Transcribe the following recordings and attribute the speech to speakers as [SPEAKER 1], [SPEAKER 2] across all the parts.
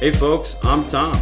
[SPEAKER 1] Hey, folks, I'm Tom.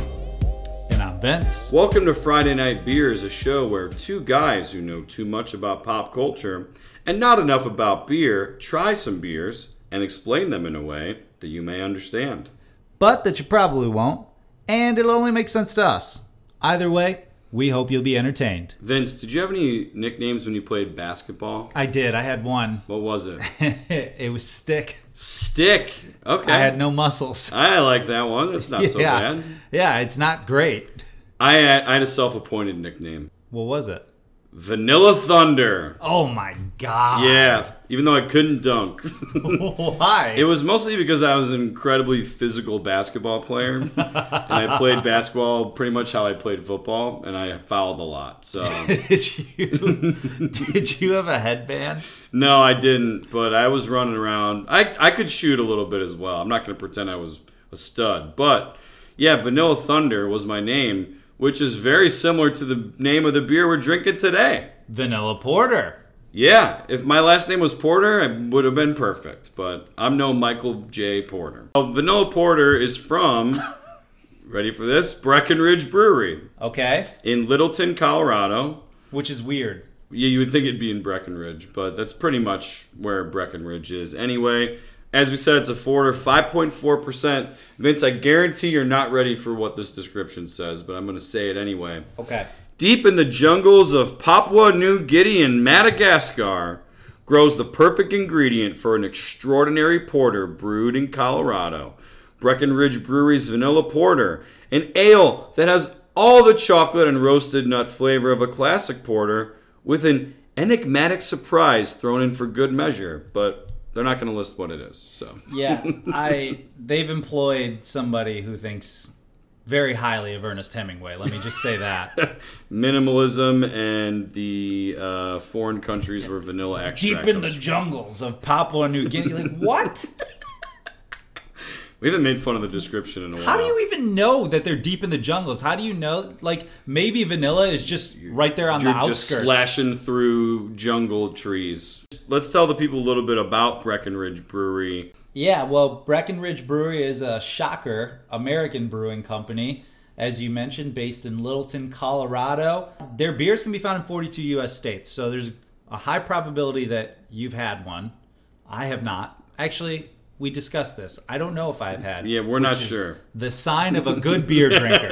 [SPEAKER 2] And I'm Vince.
[SPEAKER 1] Welcome to Friday Night Beers, a show where two guys who know too much about pop culture and not enough about beer try some beers and explain them in a way that you may understand.
[SPEAKER 2] But that you probably won't, and it'll only make sense to us. Either way, we hope you'll be entertained.
[SPEAKER 1] Vince, did you have any nicknames when you played basketball?
[SPEAKER 2] I did. I had one.
[SPEAKER 1] What was it?
[SPEAKER 2] it was stick.
[SPEAKER 1] Stick. Okay.
[SPEAKER 2] I had no muscles.
[SPEAKER 1] I like that one. That's not so
[SPEAKER 2] yeah.
[SPEAKER 1] bad.
[SPEAKER 2] Yeah, it's not great.
[SPEAKER 1] I had, I had a self-appointed nickname,
[SPEAKER 2] What was it?
[SPEAKER 1] Vanilla Thunder.
[SPEAKER 2] Oh my god.
[SPEAKER 1] Yeah, even though I couldn't dunk.
[SPEAKER 2] Why?
[SPEAKER 1] It was mostly because I was an incredibly physical basketball player, and I played basketball pretty much how I played football, and I fouled a lot. So
[SPEAKER 2] did you did you have a headband?
[SPEAKER 1] no, I didn't. But I was running around. I I could shoot a little bit as well. I'm not going to pretend I was a stud, but yeah, Vanilla Thunder was my name, which is very similar to the name of the beer we're drinking today.
[SPEAKER 2] Vanilla porter.
[SPEAKER 1] Yeah, if my last name was Porter, I would have been perfect, but I'm no Michael J. Porter. Well, Vanilla Porter is from, ready for this, Breckenridge Brewery
[SPEAKER 2] Okay.
[SPEAKER 1] in Littleton, Colorado.
[SPEAKER 2] Which is weird.
[SPEAKER 1] Yeah, you would think it'd be in Breckenridge, but that's pretty much where Breckenridge is. Anyway, as we said, it's a Porter, 5.4%. Vince, I guarantee you're not ready for what this description says, but I'm going to say it anyway.
[SPEAKER 2] Okay.
[SPEAKER 1] Deep in the jungles of Papua New Guinea and Madagascar grows the perfect ingredient for an extraordinary porter brewed in Colorado. Breckenridge Brewery's Vanilla Porter, an ale that has all the chocolate and roasted nut flavor of a classic porter with an enigmatic surprise thrown in for good measure, but they're not going to list what it is. So,
[SPEAKER 2] Yeah, I they've employed somebody who thinks very highly of Ernest Hemingway. Let me just say that.
[SPEAKER 1] minimalism and the uh, foreign countries where vanilla extract
[SPEAKER 2] Deep in
[SPEAKER 1] comes
[SPEAKER 2] the jungles of Papua New Guinea. Like what?
[SPEAKER 1] We haven't made fun of the description in a while.
[SPEAKER 2] How do you even know that they're deep in the jungles? How do you know like maybe vanilla is just right there on
[SPEAKER 1] You're
[SPEAKER 2] the
[SPEAKER 1] just
[SPEAKER 2] outskirts?
[SPEAKER 1] slashing through jungle trees. Let's tell the people a little bit about Breckenridge Brewery.
[SPEAKER 2] Yeah, well, Breckenridge Brewery is a shocker American brewing company, as you mentioned, based in Littleton, Colorado. Their beers can be found in 42 U.S. states, so there's a high probability that you've had one. I have not. Actually, we discussed this. I don't know if I've had.
[SPEAKER 1] Yeah, we're
[SPEAKER 2] which
[SPEAKER 1] not
[SPEAKER 2] is
[SPEAKER 1] sure.
[SPEAKER 2] The sign of a good beer drinker.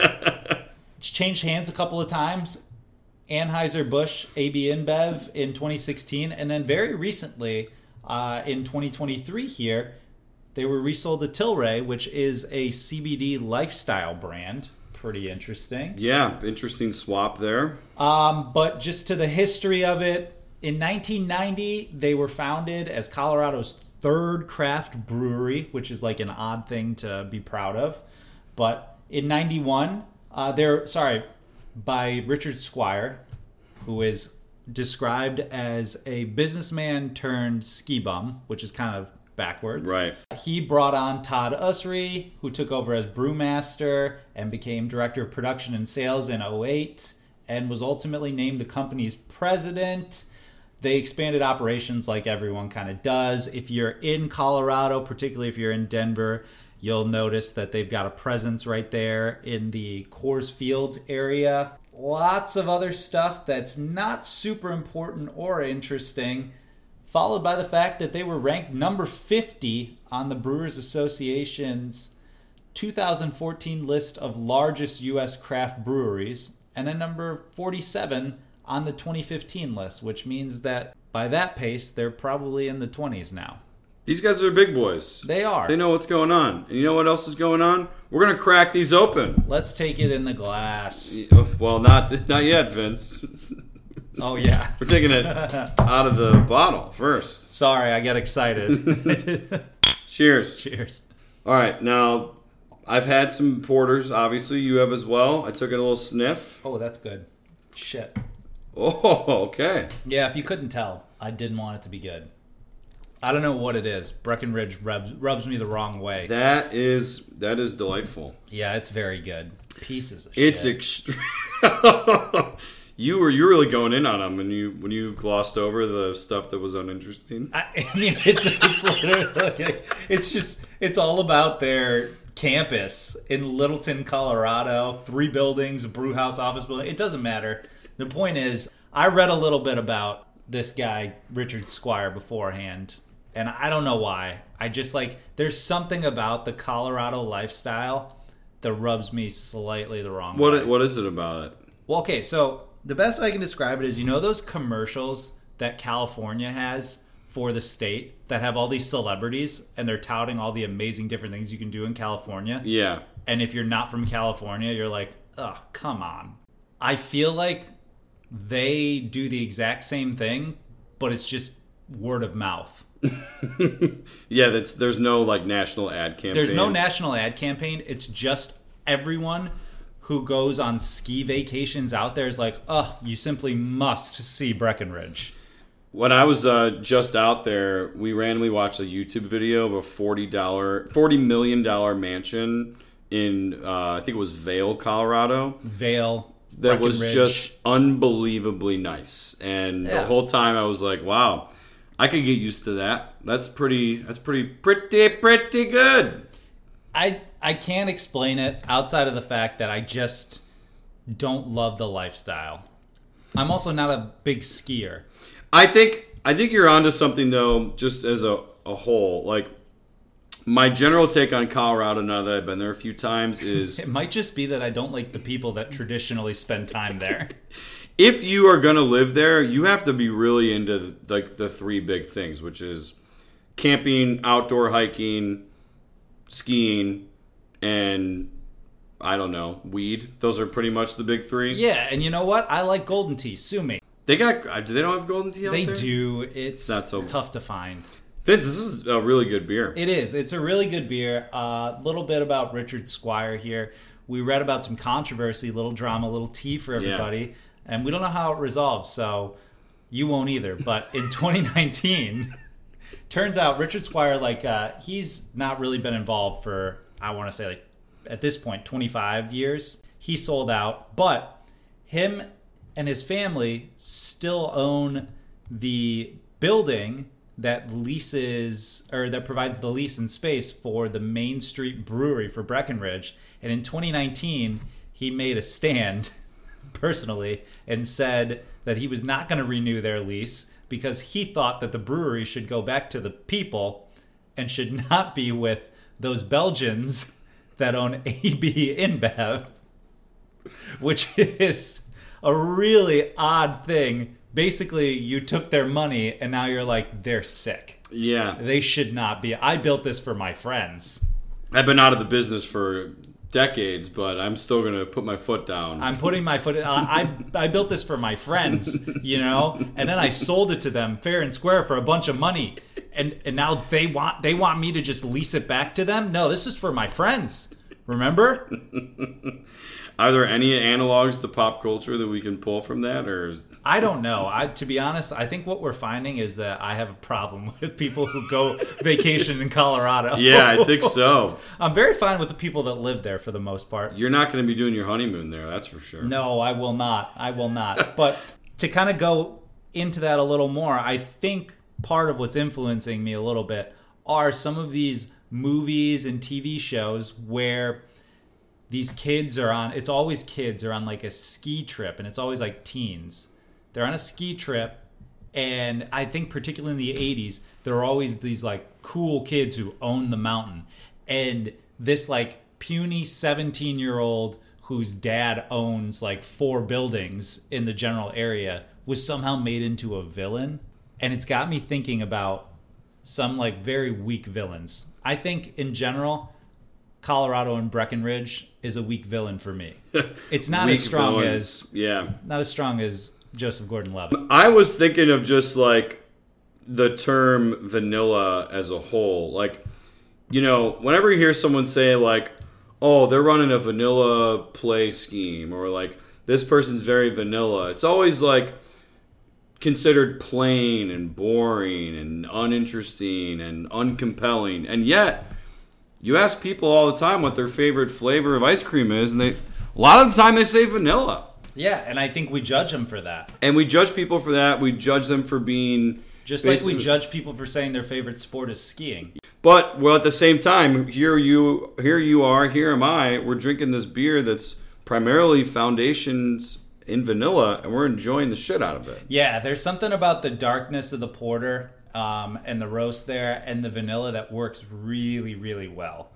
[SPEAKER 2] it's changed hands a couple of times. Anheuser-Busch AB InBev in 2016, and then very recently uh, in 2023 here, they were resold to Tilray, which is a CBD lifestyle brand. Pretty interesting.
[SPEAKER 1] Yeah, interesting swap there.
[SPEAKER 2] Um, but just to the history of it, in 1990, they were founded as Colorado's third craft brewery, which is like an odd thing to be proud of. But in 91, uh, they're, sorry, by Richard Squire, who is described as a businessman turned ski bum, which is kind of backwards.
[SPEAKER 1] Right.
[SPEAKER 2] He brought on Todd Usry, who took over as brewmaster and became director of production and sales in 08 and was ultimately named the company's president. They expanded operations like everyone kind of does. If you're in Colorado, particularly if you're in Denver, you'll notice that they've got a presence right there in the Coors Field area. Lots of other stuff that's not super important or interesting followed by the fact that they were ranked number 50 on the Brewers Association's 2014 list of largest U.S. craft breweries, and then number 47 on the 2015 list, which means that by that pace, they're probably in the 20s now.
[SPEAKER 1] These guys are big boys.
[SPEAKER 2] They are.
[SPEAKER 1] They know what's going on. And you know what else is going on? We're going to crack these open.
[SPEAKER 2] Let's take it in the glass.
[SPEAKER 1] Well, not not yet, Vince.
[SPEAKER 2] Oh, yeah.
[SPEAKER 1] We're taking it out of the bottle first.
[SPEAKER 2] Sorry, I got excited.
[SPEAKER 1] Cheers.
[SPEAKER 2] Cheers.
[SPEAKER 1] All right, now I've had some porters, obviously you have as well. I took a little sniff.
[SPEAKER 2] Oh, that's good. Shit.
[SPEAKER 1] Oh, okay.
[SPEAKER 2] Yeah, if you couldn't tell, I didn't want it to be good. I don't know what it is. Breckenridge rubs, rubs me the wrong way.
[SPEAKER 1] That is that is delightful.
[SPEAKER 2] yeah, it's very good. Pieces of
[SPEAKER 1] It's
[SPEAKER 2] shit.
[SPEAKER 1] extreme. you were you were really going in on them when you when you glossed over the stuff that was uninteresting.
[SPEAKER 2] I, I mean, it's it's literally like, it's just it's all about their campus in Littleton, Colorado. Three buildings, a brew house, office building. It doesn't matter. The point is, I read a little bit about this guy, Richard Squire, beforehand, and I don't know why. I just like, there's something about the Colorado lifestyle that rubs me slightly the wrong
[SPEAKER 1] What
[SPEAKER 2] way.
[SPEAKER 1] i- what is it about it?
[SPEAKER 2] Well, okay, so the best way I can describe it is you know those commercials that California has for the state that have all these celebrities and they're touting all the amazing different things you can do in California.
[SPEAKER 1] Yeah.
[SPEAKER 2] And if you're not from California, you're like, oh, come on. I feel like they do the exact same thing, but it's just word of mouth.
[SPEAKER 1] Yeah, that's there's no like national ad campaign.
[SPEAKER 2] There's no national ad campaign. It's just everyone who goes on ski vacations out there is like, oh, you simply must see Breckenridge.
[SPEAKER 1] When I was uh, just out there, we randomly watched a YouTube video of a forty dollar, forty million dollar mansion in uh, I think it was Vail, Colorado.
[SPEAKER 2] Vale.
[SPEAKER 1] That was
[SPEAKER 2] Breckenridge.
[SPEAKER 1] just unbelievably nice, and the
[SPEAKER 2] Yeah.
[SPEAKER 1] whole time I was like, "Wow, I could get used to that. That's pretty. That's pretty, pretty, pretty good."
[SPEAKER 2] I I can't explain it outside of the fact that I just don't love the lifestyle. I'm also not a big skier.
[SPEAKER 1] I think I think you're onto something though, just as a, a whole. Like my general take on Colorado now that I've been there a few times is
[SPEAKER 2] It might just be that I don't like the people that traditionally spend time there.
[SPEAKER 1] if you are gonna live there, you have to be really into like the three big things, which is camping, outdoor hiking, skiing, and I don't know, weed. Those are pretty much the big three.
[SPEAKER 2] yeah, and you know what? I like golden tea. Sue me.
[SPEAKER 1] They got uh, do they don't have golden tea out
[SPEAKER 2] They
[SPEAKER 1] there?
[SPEAKER 2] do. It's
[SPEAKER 1] not so-
[SPEAKER 2] tough to find.
[SPEAKER 1] Vince, this is a really good beer.
[SPEAKER 2] It is. It's a really good beer. A little bit about Richard Squire here. We read about some controversy, little drama, little tea for everybody, and we don't know how it resolves. So you won't either. But in 2019, turns out Richard Squire, like uh, he's not really been involved for I want to say like at this point 25 years. He sold out, but him and his family still own the building that leases or that provides the lease and space for the Main Street Brewery for Breckenridge. And in 2019, he made a stand personally and said that he was not going to renew their lease because he thought that the brewery should go back to the people and should not be with those Belgians that own AB InBev, which is a really odd thing. Basically, you took their money and now you're like, they're sick.
[SPEAKER 1] Yeah.
[SPEAKER 2] They should not be. I built this for my friends.
[SPEAKER 1] I've been out of the business for decades, but I'm still gonna put my foot down.
[SPEAKER 2] I'm putting my foot. uh, I, I I built this for my friends, you know, and then I sold it to them fair and square for a bunch of money, and and now they want they want me to just lease it back to them. No, this is for my friends. Remember?
[SPEAKER 1] Are there any analogs to pop culture that we can pull from that, or is,
[SPEAKER 2] I don't know. I to be honest, I think what we're finding is that I have a problem with people who go vacation in Colorado.
[SPEAKER 1] yeah, I think so.
[SPEAKER 2] I'm very fine with the people that live there for the most part.
[SPEAKER 1] You're not going to be doing your honeymoon there, that's for sure.
[SPEAKER 2] No, I will not. I will not. But to kind of go into that a little more, I think part of what's influencing me a little bit are some of these movies and TV shows where these kids are on it's always kids are on like a ski trip and it's always like teens. They're on a ski trip and I think particularly in the 80s there are always these like cool kids who own the mountain and this like puny 17 year old whose dad owns like four buildings in the general area was somehow made into a villain and it's got me thinking about some like very weak villains. I think in general Colorado and Breckenridge is a weak villain for me. It's not as
[SPEAKER 1] Weak
[SPEAKER 2] strong
[SPEAKER 1] villains.
[SPEAKER 2] as
[SPEAKER 1] yeah.
[SPEAKER 2] not as strong as Joseph Gordon-Levitt.
[SPEAKER 1] I was thinking of just like the term vanilla as a whole. Like, you know, whenever you hear someone say like, "Oh, they're running a vanilla play scheme," or like, "This person's very vanilla," it's always like considered plain and boring and uninteresting and uncompelling. And yet, you ask people all the time what their favorite flavor of ice cream is, and they a lot of the time they say vanilla.
[SPEAKER 2] Yeah, and I think we judge him for that.
[SPEAKER 1] And we judge people for that. We judge them for being
[SPEAKER 2] Just like
[SPEAKER 1] Basically-
[SPEAKER 2] we judge people for saying their favorite sport is skiing.
[SPEAKER 1] But well, at the same time, here you here you are, here am I. We're drinking this beer that's primarily foundations in vanilla, and we're enjoying the shit out of it.
[SPEAKER 2] Yeah, there's something about the darkness of the porter um, and the roast there and the vanilla that works really, really well.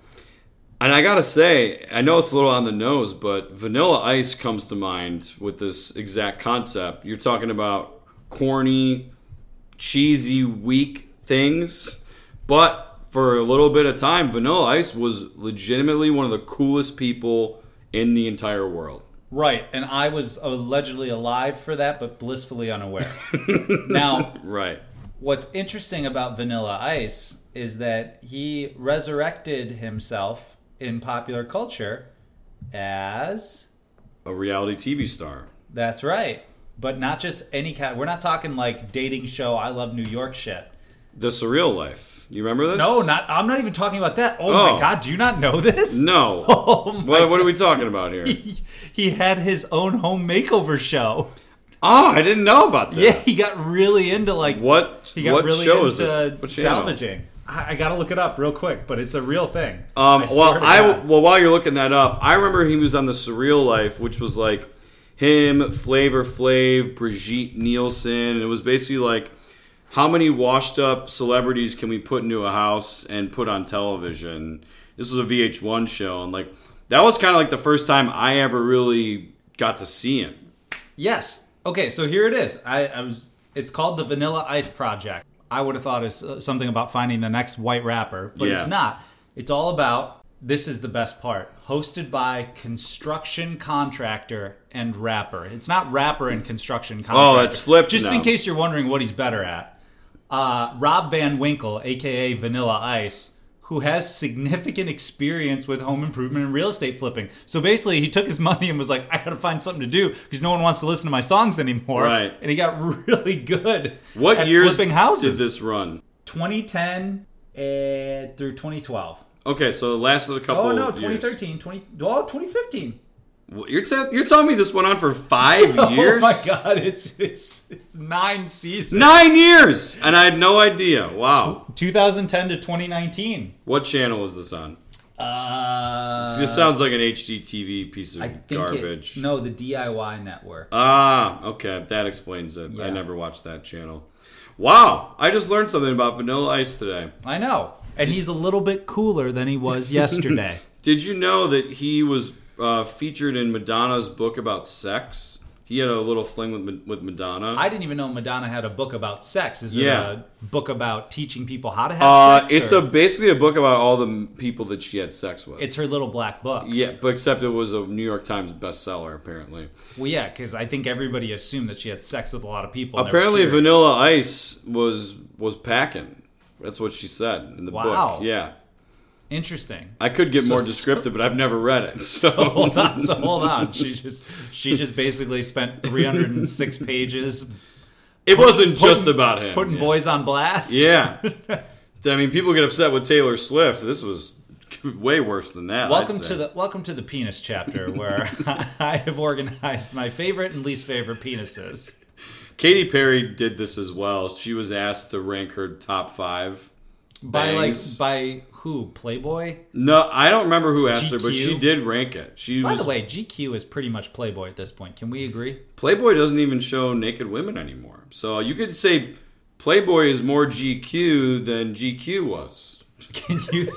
[SPEAKER 1] And I gotta say, I know it's a little on the nose, but Vanilla Ice comes to mind with this exact concept. You're talking about corny, cheesy, weak things, but for a little bit of time, Vanilla Ice was legitimately one of the coolest people in the entire world.
[SPEAKER 2] Right, and I was allegedly alive for that, but blissfully unaware. now,
[SPEAKER 1] Right.
[SPEAKER 2] what's interesting about Vanilla Ice is that he resurrected himself in popular culture as
[SPEAKER 1] A reality TV star.
[SPEAKER 2] that's right, but not just any kind. We're not talking like dating show. I love New York shit.
[SPEAKER 1] The Surreal Life. You remember this?
[SPEAKER 2] No, not I'm not even talking about that. Oh, my
[SPEAKER 1] Oh.
[SPEAKER 2] god, do you not know this?
[SPEAKER 1] No.
[SPEAKER 2] Oh my
[SPEAKER 1] what, what are we talking about here?
[SPEAKER 2] He, he had his own home makeover show.
[SPEAKER 1] Oh, I didn't know about that.
[SPEAKER 2] Yeah, he got really into like
[SPEAKER 1] What,
[SPEAKER 2] he got
[SPEAKER 1] what
[SPEAKER 2] really
[SPEAKER 1] show
[SPEAKER 2] into
[SPEAKER 1] is this? What channel?
[SPEAKER 2] salvaging. I, I gotta look it up real quick, but it's a real thing.
[SPEAKER 1] Um,
[SPEAKER 2] swear
[SPEAKER 1] well,
[SPEAKER 2] to
[SPEAKER 1] I
[SPEAKER 2] God.
[SPEAKER 1] well while you're looking that up, I remember he was on the Surreal Life, which was like him, Flavor Flav, Brigitte Nielsen, and it was basically like how many washed up celebrities can we put into a house and put on television? This was a VH1 show, and like that was kind of like the first time I ever really got to see him.
[SPEAKER 2] yes. Okay, so here it is. I, I was. It's called the Vanilla Ice Project. I would have thought it's uh, something about finding the next white rapper, but it's
[SPEAKER 1] Yeah.
[SPEAKER 2] not. It's all about this is the best part. Hosted by construction contractor and rapper. It's not rapper and construction contractor.
[SPEAKER 1] it's Oh, flipped
[SPEAKER 2] Just in
[SPEAKER 1] now.
[SPEAKER 2] case you're wondering what he's better at. uh, Rob Van Winkle, aka Vanilla Ice, who has significant experience with home improvement and real estate flipping. So basically, he took his money and was like, "I gotta find something to do because no one wants to listen to my songs anymore."
[SPEAKER 1] Right.
[SPEAKER 2] And he got really good.
[SPEAKER 1] What
[SPEAKER 2] at
[SPEAKER 1] years
[SPEAKER 2] flipping houses?
[SPEAKER 1] did this run?
[SPEAKER 2] 2010 uh, through 2012.
[SPEAKER 1] Okay, so it lasted a couple.
[SPEAKER 2] Oh no,
[SPEAKER 1] years.
[SPEAKER 2] 2013, 20 oh 2015.
[SPEAKER 1] You're te- you're telling me this went on for five years?
[SPEAKER 2] Oh my god, it's it's, it's nine seasons.
[SPEAKER 1] Nine years, and I had no idea. Wow.
[SPEAKER 2] 2010 to 2019.
[SPEAKER 1] What channel was this on?
[SPEAKER 2] Uh,
[SPEAKER 1] This sounds like an HGTV piece of
[SPEAKER 2] I think it-
[SPEAKER 1] garbage.
[SPEAKER 2] no, the DIY network.
[SPEAKER 1] Ah, okay, that explains it.
[SPEAKER 2] Yeah.
[SPEAKER 1] I never watched that channel. Wow, I just learned something about Vanilla Ice today.
[SPEAKER 2] I know. And he's a little bit cooler than he was yesterday.
[SPEAKER 1] Did you know that he was uh, featured in Madonna's book about sex? He had a little fling with Ma- with Madonna.
[SPEAKER 2] I didn't even know Madonna had a book about sex. Is it
[SPEAKER 1] Yeah.
[SPEAKER 2] a book about teaching people how to have
[SPEAKER 1] uh,
[SPEAKER 2] sex?
[SPEAKER 1] it's
[SPEAKER 2] or-
[SPEAKER 1] a basically a book about all the m- people that she had sex with.
[SPEAKER 2] it's her little black book.
[SPEAKER 1] yeah, but except it was a New York Times bestseller apparently.
[SPEAKER 2] Well, yeah, because I think everybody assumed that she had sex with a lot of people. and they were
[SPEAKER 1] Apparently,
[SPEAKER 2] curious.
[SPEAKER 1] Vanilla Ice was was packing. That's what she said in the
[SPEAKER 2] Wow.
[SPEAKER 1] book. Yeah,
[SPEAKER 2] Interesting.
[SPEAKER 1] I could get more descriptive, but I've never read it.
[SPEAKER 2] Hold
[SPEAKER 1] So
[SPEAKER 2] on, so hold on. She just she just basically spent 306 pages
[SPEAKER 1] it wasn't
[SPEAKER 2] putting-
[SPEAKER 1] just about him.
[SPEAKER 2] putting
[SPEAKER 1] yeah.
[SPEAKER 2] boys on blast.
[SPEAKER 1] Yeah, I mean, people get upset with Taylor Swift. This was way worse than that. I'd
[SPEAKER 2] Welcome
[SPEAKER 1] say.
[SPEAKER 2] to the welcome to the penis chapter where I have organized my favorite and least favorite penises.
[SPEAKER 1] Katy Perry did this as well. She was asked to rank her top five.
[SPEAKER 2] By
[SPEAKER 1] bangs.
[SPEAKER 2] like by who? Playboy?
[SPEAKER 1] No, I don't remember who asked her, but
[SPEAKER 2] GQ?
[SPEAKER 1] she did rank it. She
[SPEAKER 2] By
[SPEAKER 1] was
[SPEAKER 2] the way, GQ is pretty much Playboy at this point. Can we agree?
[SPEAKER 1] Playboy doesn't even show naked women anymore. So you could say Playboy is more GQ than GQ was.
[SPEAKER 2] Can you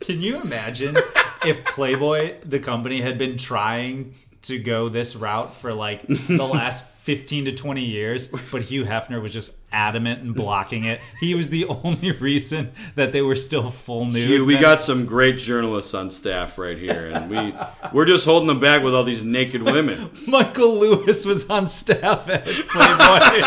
[SPEAKER 2] Can you imagine if Playboy the company had been trying to go this route for like the last 15 to 20 years, but Hugh Hefner was just adamant and blocking it. He was the only reason that they were still full nude.
[SPEAKER 1] Dude, we
[SPEAKER 2] then.
[SPEAKER 1] got some great journalists on staff right here, and we we're just holding them back with all these naked women.
[SPEAKER 2] Michael Lewis was on staff at Playboy.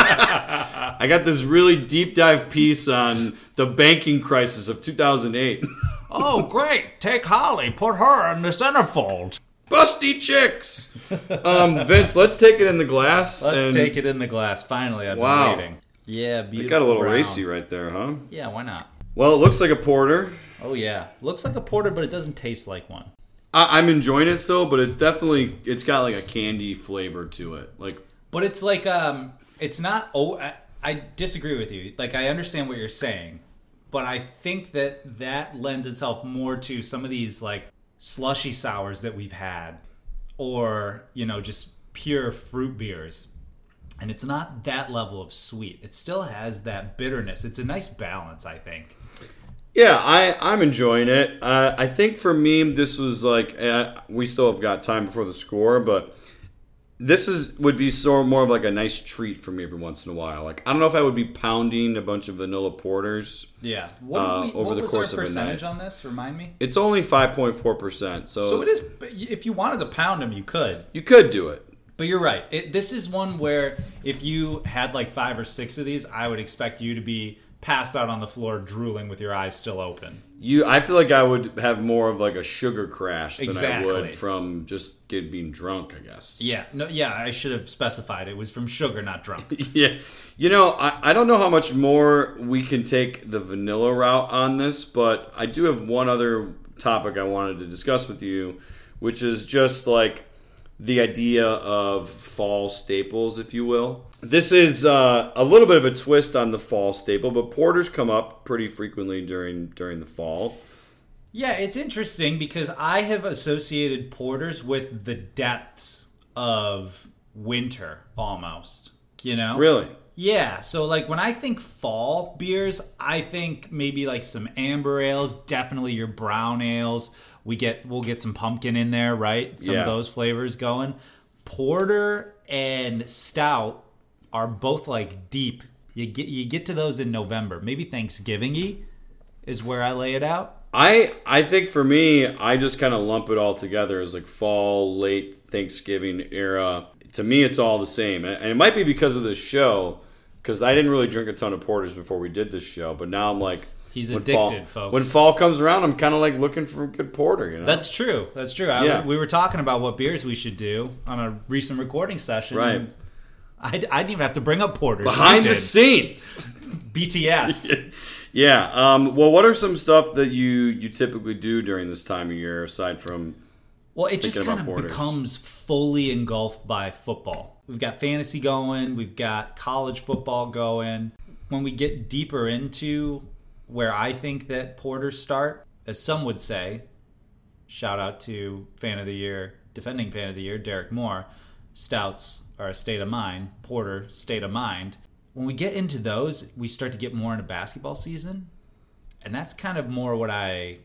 [SPEAKER 1] I got this really deep dive piece on the banking crisis of 2008.
[SPEAKER 2] oh, great. Take Holly, put her in the centerfold.
[SPEAKER 1] Busty chicks. Um, Vince, let's take it in the glass.
[SPEAKER 2] Let's
[SPEAKER 1] and
[SPEAKER 2] take it in the glass. Finally, I've
[SPEAKER 1] Wow.
[SPEAKER 2] been waiting. Yeah, beautiful.
[SPEAKER 1] Got a little
[SPEAKER 2] brown.
[SPEAKER 1] racy right there, huh?
[SPEAKER 2] Yeah, why not?
[SPEAKER 1] Well, it looks like a porter.
[SPEAKER 2] Oh, yeah. Looks like a porter, but it doesn't taste like one.
[SPEAKER 1] I, I'm enjoying it still, but it's definitely it's got like a candy flavor to it. Like
[SPEAKER 2] But it's like, um, it's not. Oh, I, I disagree with you. Like, I understand what you're saying, But I think that that lends itself more to some of these like slushy sours that we've had or, you know, just pure fruit beers. And it's not that level of sweet. It still has that bitterness. It's a nice balance, I think.
[SPEAKER 1] Yeah, I, I'm enjoying it. Uh, I think for me, this was like uh, we still have got time before the score, but this is would be sort of more of like a nice treat for me every once in a while. Like I don't know if I would be pounding a bunch of vanilla porters.
[SPEAKER 2] Yeah. What,
[SPEAKER 1] Uh,
[SPEAKER 2] did we,
[SPEAKER 1] over
[SPEAKER 2] what
[SPEAKER 1] the
[SPEAKER 2] was
[SPEAKER 1] course of
[SPEAKER 2] our
[SPEAKER 1] a
[SPEAKER 2] percentage
[SPEAKER 1] night.
[SPEAKER 2] on this? Remind me.
[SPEAKER 1] It's only five point four percent,
[SPEAKER 2] So
[SPEAKER 1] so
[SPEAKER 2] it is. but If you wanted to pound them, you could.
[SPEAKER 1] you could do it.
[SPEAKER 2] But you're right. It, this is one where if you had like five or six of these, I would expect you to be passed out on the floor, drooling with your eyes still open.
[SPEAKER 1] You, I feel like I would have more of like a sugar crash than I
[SPEAKER 2] Exactly.
[SPEAKER 1] would from just get, being drunk. I guess.
[SPEAKER 2] Yeah. No. Yeah. I should have specified it was from sugar, not drunk.
[SPEAKER 1] Yeah. You know, I, I don't know how much more we can take the vanilla route on this, but I do have one other topic I wanted to discuss with you, which is just like the idea of fall staples, if you will. This is uh, a little bit of a twist on the fall staple, but porters come up pretty frequently during during the fall.
[SPEAKER 2] Yeah, it's interesting because I have associated porters with the depths of winter almost. You know?
[SPEAKER 1] Really?
[SPEAKER 2] Yeah, so like when I think fall beers, I think maybe like some amber ales, definitely your brown ales. We get we'll get some pumpkin in there, right? Some
[SPEAKER 1] Yeah.
[SPEAKER 2] of those flavors going. Porter and stout are both like deep. You get you get to those in November. Maybe Thanksgiving-y is where I lay it out.
[SPEAKER 1] I I think for me, I just kind of lump it all together as like fall, late Thanksgiving era. To me, it's all the same, and and it might be because of this show, because I didn't really drink a ton of porters before we did this show, but now I'm like.
[SPEAKER 2] He's
[SPEAKER 1] when
[SPEAKER 2] addicted,
[SPEAKER 1] fall,
[SPEAKER 2] folks.
[SPEAKER 1] When fall comes around, I'm kind of like looking for a good porter, you know.
[SPEAKER 2] That's true. That's true. I,
[SPEAKER 1] Yeah.
[SPEAKER 2] We were talking about what beers we should do on a recent recording session.
[SPEAKER 1] right
[SPEAKER 2] I, I didn't even have to bring up porters. You
[SPEAKER 1] behind the
[SPEAKER 2] did.
[SPEAKER 1] scenes.
[SPEAKER 2] BTS.
[SPEAKER 1] yeah. Um, well, what are some stuff that you you typically do during this time of year aside from?
[SPEAKER 2] Well, it just
[SPEAKER 1] Thinking about
[SPEAKER 2] kind of
[SPEAKER 1] borders.
[SPEAKER 2] becomes fully engulfed by football. We've got fantasy going, we've got college football going. When we get deeper into where I think that porters start, as some would say, shout out to fan of the year, defending fan of the year, Derek Moore, stouts are a state of mind, porter, state of mind. When we get into those, we start to get more into basketball season. And that's kind of more what I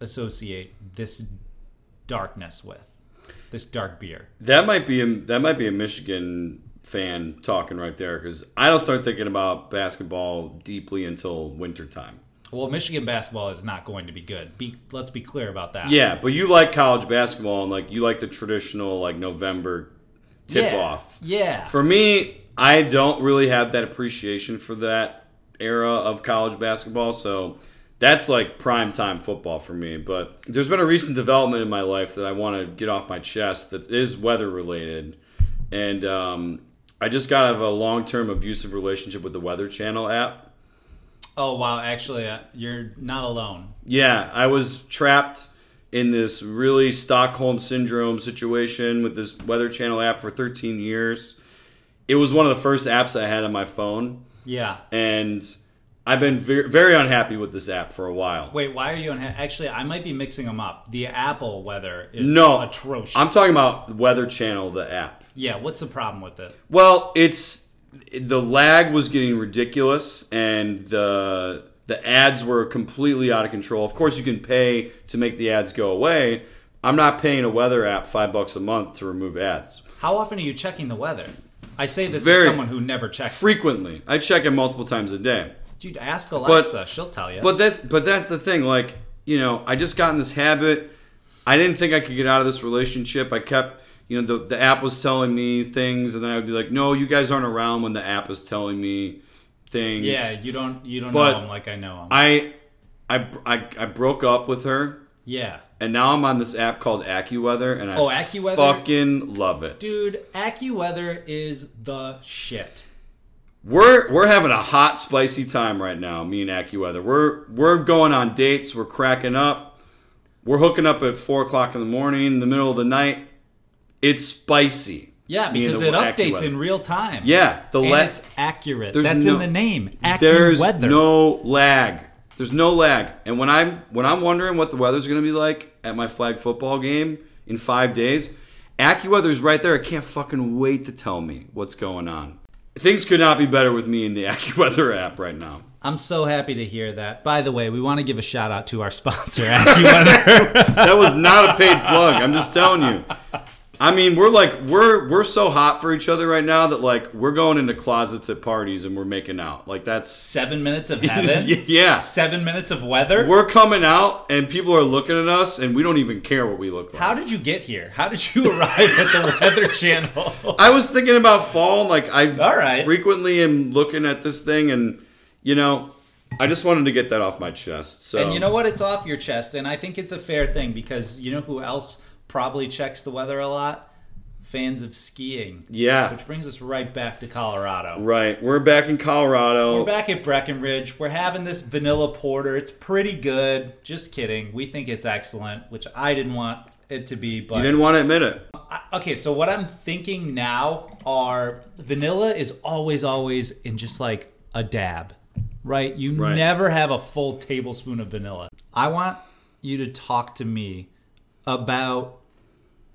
[SPEAKER 2] associate this darkness with this dark beer.
[SPEAKER 1] That might be a, that might be a Michigan fan talking right there because I don't start thinking about basketball deeply until wintertime.
[SPEAKER 2] Well, Michigan basketball is not going to be good. Be, let's be clear about that.
[SPEAKER 1] Yeah, but you like college basketball and like you like the traditional like November tip
[SPEAKER 2] Yeah.
[SPEAKER 1] off.
[SPEAKER 2] Yeah.
[SPEAKER 1] For me, I don't really have that appreciation for that era of college basketball, so that's like prime time football for me. But there's been a recent development in my life that I want to get off my chest that is weather related, and um, I just got out of a long term abusive relationship with the Weather Channel app.
[SPEAKER 2] oh wow, actually, uh, you're not alone.
[SPEAKER 1] Yeah, I was trapped in this really Stockholm syndrome situation with this Weather Channel app for 13 years. It was one of the first apps I had on my phone,
[SPEAKER 2] Yeah.
[SPEAKER 1] and I've been very, very unhappy with this app for a while.
[SPEAKER 2] Wait, why are you on? Actually, I might be mixing them up. The Apple weather is
[SPEAKER 1] No,
[SPEAKER 2] atrocious.
[SPEAKER 1] I'm talking about the Weather Channel, the app.
[SPEAKER 2] Yeah, what's the problem with it?
[SPEAKER 1] Well, it's the lag was getting ridiculous, and the the ads were completely out of control. Of course, you can pay to make the ads go away. I'm not paying a weather app five bucks a month to remove ads.
[SPEAKER 2] How often are you checking the weather? I say this as
[SPEAKER 1] Very-
[SPEAKER 2] someone who never checks.
[SPEAKER 1] Frequently, I check it multiple times a day.
[SPEAKER 2] Dude, ask Alexa; she'll tell you.
[SPEAKER 1] But that's but that's the thing. Like you know, I just got in this habit. I didn't think I could get out of this relationship. I kept you know the the app was telling me things, and then I would be like, no, you guys aren't around when the app is telling me things.
[SPEAKER 2] yeah, you don't you don't
[SPEAKER 1] But-
[SPEAKER 2] know them like I know them.
[SPEAKER 1] I, I, I, I broke up with her,
[SPEAKER 2] yeah.
[SPEAKER 1] and now I'm on this app called AccuWeather, and I
[SPEAKER 2] Oh, AccuWeather?
[SPEAKER 1] fucking love it.
[SPEAKER 2] Dude, AccuWeather is the shit.
[SPEAKER 1] We're we're having a hot, spicy time right now. Me and AccuWeather. We're we're going on dates. We're cracking up. We're hooking up at four o'clock in the morning, in the middle of the night. It's spicy.
[SPEAKER 2] Yeah,
[SPEAKER 1] Me and
[SPEAKER 2] because
[SPEAKER 1] the
[SPEAKER 2] it updates
[SPEAKER 1] AccuWeather.
[SPEAKER 2] in real time.
[SPEAKER 1] Yeah, the
[SPEAKER 2] and
[SPEAKER 1] la-
[SPEAKER 2] it's accurate.
[SPEAKER 1] There's
[SPEAKER 2] That's
[SPEAKER 1] no-
[SPEAKER 2] in the name.
[SPEAKER 1] there's
[SPEAKER 2] AccuWeather.
[SPEAKER 1] no lag. There's no lag. And when I'm when I'm wondering what the weather's going to be like at my flag football game in five days, AccuWeather's right there. I can't fucking wait to tell me what's going on. Things could not be better with me in the AccuWeather app right now.
[SPEAKER 2] I'm so happy to hear that. By the way, we want to give a shout out to our sponsor, AccuWeather.
[SPEAKER 1] That was not a paid plug. I'm just telling you. I mean, we're like we're we're so hot for each other right now that like we're going into closets at parties and we're making out. Like that's
[SPEAKER 2] Seven minutes of heaven.
[SPEAKER 1] Yeah.
[SPEAKER 2] Seven minutes of weather.
[SPEAKER 1] we're coming out and people are looking at us and we don't even care what we look like.
[SPEAKER 2] How did you get here? How did you arrive at the Weather Channel?
[SPEAKER 1] I was thinking about fall. Like I
[SPEAKER 2] All right.
[SPEAKER 1] frequently am looking at this thing, and you know, I just wanted to get that off my chest. So
[SPEAKER 2] And you know what? It's off your chest, and I think it's a fair thing because you know who else probably checks the weather a lot? Fans of skiing.
[SPEAKER 1] yeah,
[SPEAKER 2] Which brings us right back to Colorado.
[SPEAKER 1] right. We're back in Colorado.
[SPEAKER 2] We're back at Breckenridge. We're having this vanilla porter. It's pretty good. Just kidding. We think it's excellent, which I didn't want it to be, but
[SPEAKER 1] You didn't want to admit it.
[SPEAKER 2] I- okay, so what I'm thinking now are vanilla is always always in just like a dab, right? You
[SPEAKER 1] Right.
[SPEAKER 2] never have a full tablespoon of vanilla. I want you to talk to me about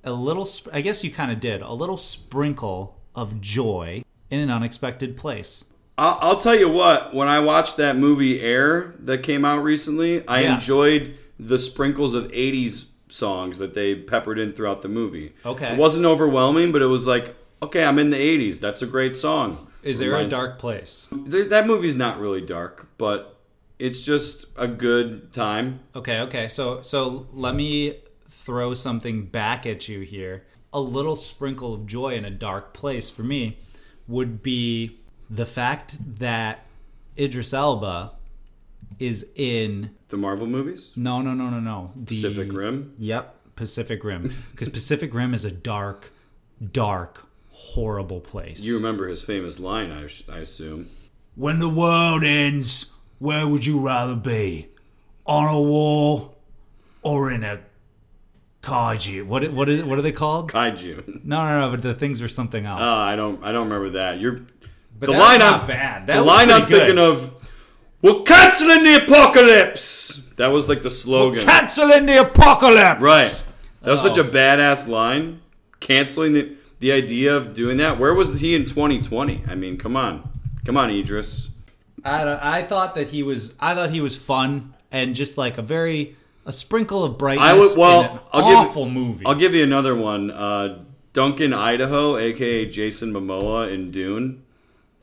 [SPEAKER 2] a little. sp- I guess you kind of did a little sprinkle of joy in an unexpected place.
[SPEAKER 1] I'll, I'll tell you what. When I watched that movie Air that came out recently, I
[SPEAKER 2] Yeah.
[SPEAKER 1] enjoyed the sprinkles of '80s songs that they peppered in throughout the movie.
[SPEAKER 2] Okay.
[SPEAKER 1] it wasn't overwhelming, but it was like, okay, I'm in the '80s. That's a great song.
[SPEAKER 2] Is there a
[SPEAKER 1] Reminds-
[SPEAKER 2] dark place?
[SPEAKER 1] There, that movie's not really dark, but it's just a good time.
[SPEAKER 2] Okay, okay. So so let me throw something back at you here. A little sprinkle of joy in a dark place for me would be the fact that Idris Elba is in
[SPEAKER 1] The Marvel movies,
[SPEAKER 2] no no no no no the,
[SPEAKER 1] Pacific Rim.
[SPEAKER 2] Yep, Pacific Rim because Pacific Rim is a dark, dark, horrible place.
[SPEAKER 1] You remember his famous line, I, sh- I assume.
[SPEAKER 2] When the world ends, where would you rather be? On a wall or in a kaiju? What what is, what are they called?
[SPEAKER 1] Kaiju.
[SPEAKER 2] No, no, no, but the things are something else.
[SPEAKER 1] Oh, I don't, I don't remember that. You're
[SPEAKER 2] but
[SPEAKER 1] the
[SPEAKER 2] that was
[SPEAKER 1] line
[SPEAKER 2] not
[SPEAKER 1] I'm-
[SPEAKER 2] bad.
[SPEAKER 1] the line I'm thinking of. We're canceling the apocalypse. That was like the slogan,
[SPEAKER 2] Canceling the apocalypse.
[SPEAKER 1] right? That was such
[SPEAKER 2] Oh.
[SPEAKER 1] a badass line. Canceling the the idea of doing that. Where was he in 2020? I mean, come on, come on, Idris.
[SPEAKER 2] I don't, I thought that he was I thought he was fun and just like a very a sprinkle of brightness
[SPEAKER 1] I would- well,
[SPEAKER 2] in an
[SPEAKER 1] I'll give you-
[SPEAKER 2] awful movie.
[SPEAKER 1] I'll give you another one. Uh, Duncan Idaho, aka Jason Momoa in Dune.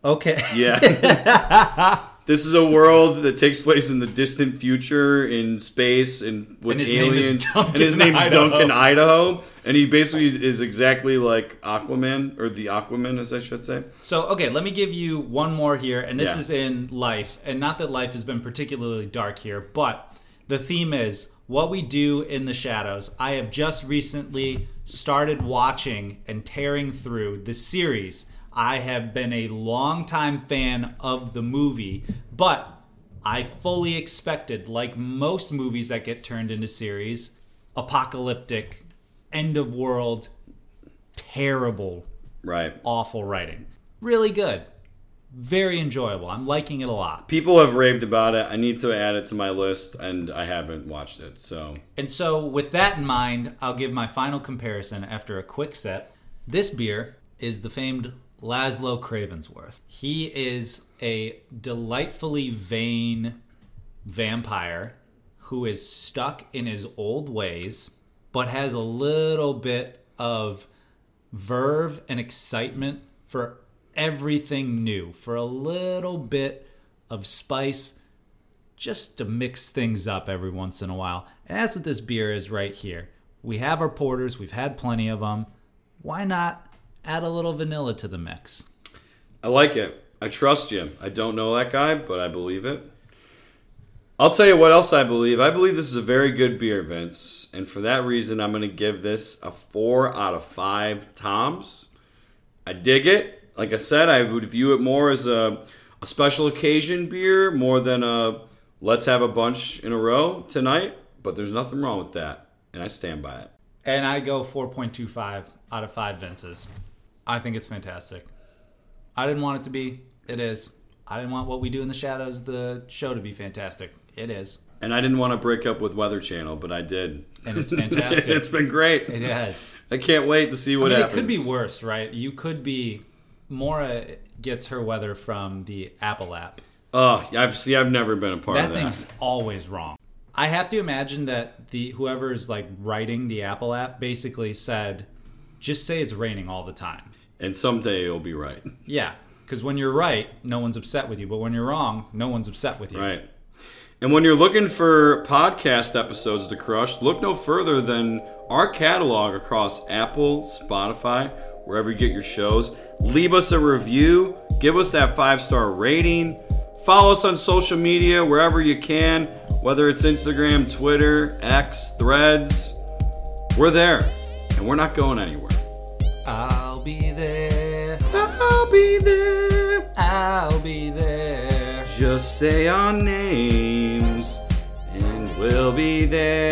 [SPEAKER 2] okay.
[SPEAKER 1] Yeah. this is a world that takes place in the distant future in space and with
[SPEAKER 2] And his name is
[SPEAKER 1] aliens. and
[SPEAKER 2] Duncan
[SPEAKER 1] his name's
[SPEAKER 2] Idaho.
[SPEAKER 1] Duncan Idaho. And he basically is exactly like Aquaman, or the Aquaman, as I should say.
[SPEAKER 2] So, okay, let me give you one more here, and this
[SPEAKER 1] Yeah.
[SPEAKER 2] is in life. And not that life has been particularly dark here, but the theme is what we do in the shadows. I have just recently started watching and tearing through the series. I have been a longtime fan of the movie, but I fully expected, like most movies that get turned into series, apocalyptic, end of world, terrible
[SPEAKER 1] Right.
[SPEAKER 2] awful writing. Really good. Very enjoyable. I'm liking it a lot.
[SPEAKER 1] People have raved about it. I need to add it to my list, and I haven't watched it. So,
[SPEAKER 2] And so, with that in mind, I'll give my final comparison after a quick sip. This beer is the famed Laszlo Cravensworth. He is a delightfully vain vampire who is stuck in his old ways, but has a little bit of verve and excitement for everything new, for a little bit of spice just to mix things up every once in a while. And that's what this beer is right here. We have our porters, we've had plenty of them. Why not add a little vanilla to the mix?
[SPEAKER 1] I like it. I trust you. I don't know that guy, but I believe it. I'll tell you what else I believe. I believe this is a very good beer, Vince. And for that reason, I'm going to give this a 4 out of 5 toms. I dig it. Like I said, I would view it more as a, a special occasion beer more than a let's have a bunch in a row tonight. But there's nothing wrong with that. And I stand by it.
[SPEAKER 2] And I go 4.25 out of 5 Vinces. I think it's fantastic. I didn't want it to be. It is. I didn't want what we do in the shadows, the show to be fantastic. It is,
[SPEAKER 1] And I didn't want to break up with Weather Channel, but I did.
[SPEAKER 2] and it's fantastic.
[SPEAKER 1] it's been great.
[SPEAKER 2] it is.
[SPEAKER 1] I can't wait to see
[SPEAKER 2] I
[SPEAKER 1] what
[SPEAKER 2] mean, it
[SPEAKER 1] happens.
[SPEAKER 2] could be worse, right? You could be. Mora gets her weather from the Apple app.
[SPEAKER 1] Oh, I've see. I've never been a part
[SPEAKER 2] That
[SPEAKER 1] of that.
[SPEAKER 2] thing's always wrong. I have to imagine that the whoever's like writing the Apple app basically said, just say it's raining all the time.
[SPEAKER 1] And someday you'll be right.
[SPEAKER 2] Yeah, because when you're right, no one's upset with you, but when you're wrong, no one's upset with you.
[SPEAKER 1] Right. And when you're looking for podcast episodes to crush, look no further than our catalog across Apple, Spotify, wherever you get your shows. Leave us a review, give us that five star rating, follow us on social media wherever you can, whether it's Instagram, Twitter, X, Threads. We're there, and we're not going anywhere.
[SPEAKER 2] I'll be there.
[SPEAKER 1] I'll be there.
[SPEAKER 2] I'll be there.
[SPEAKER 1] Just say our names, and we'll be there.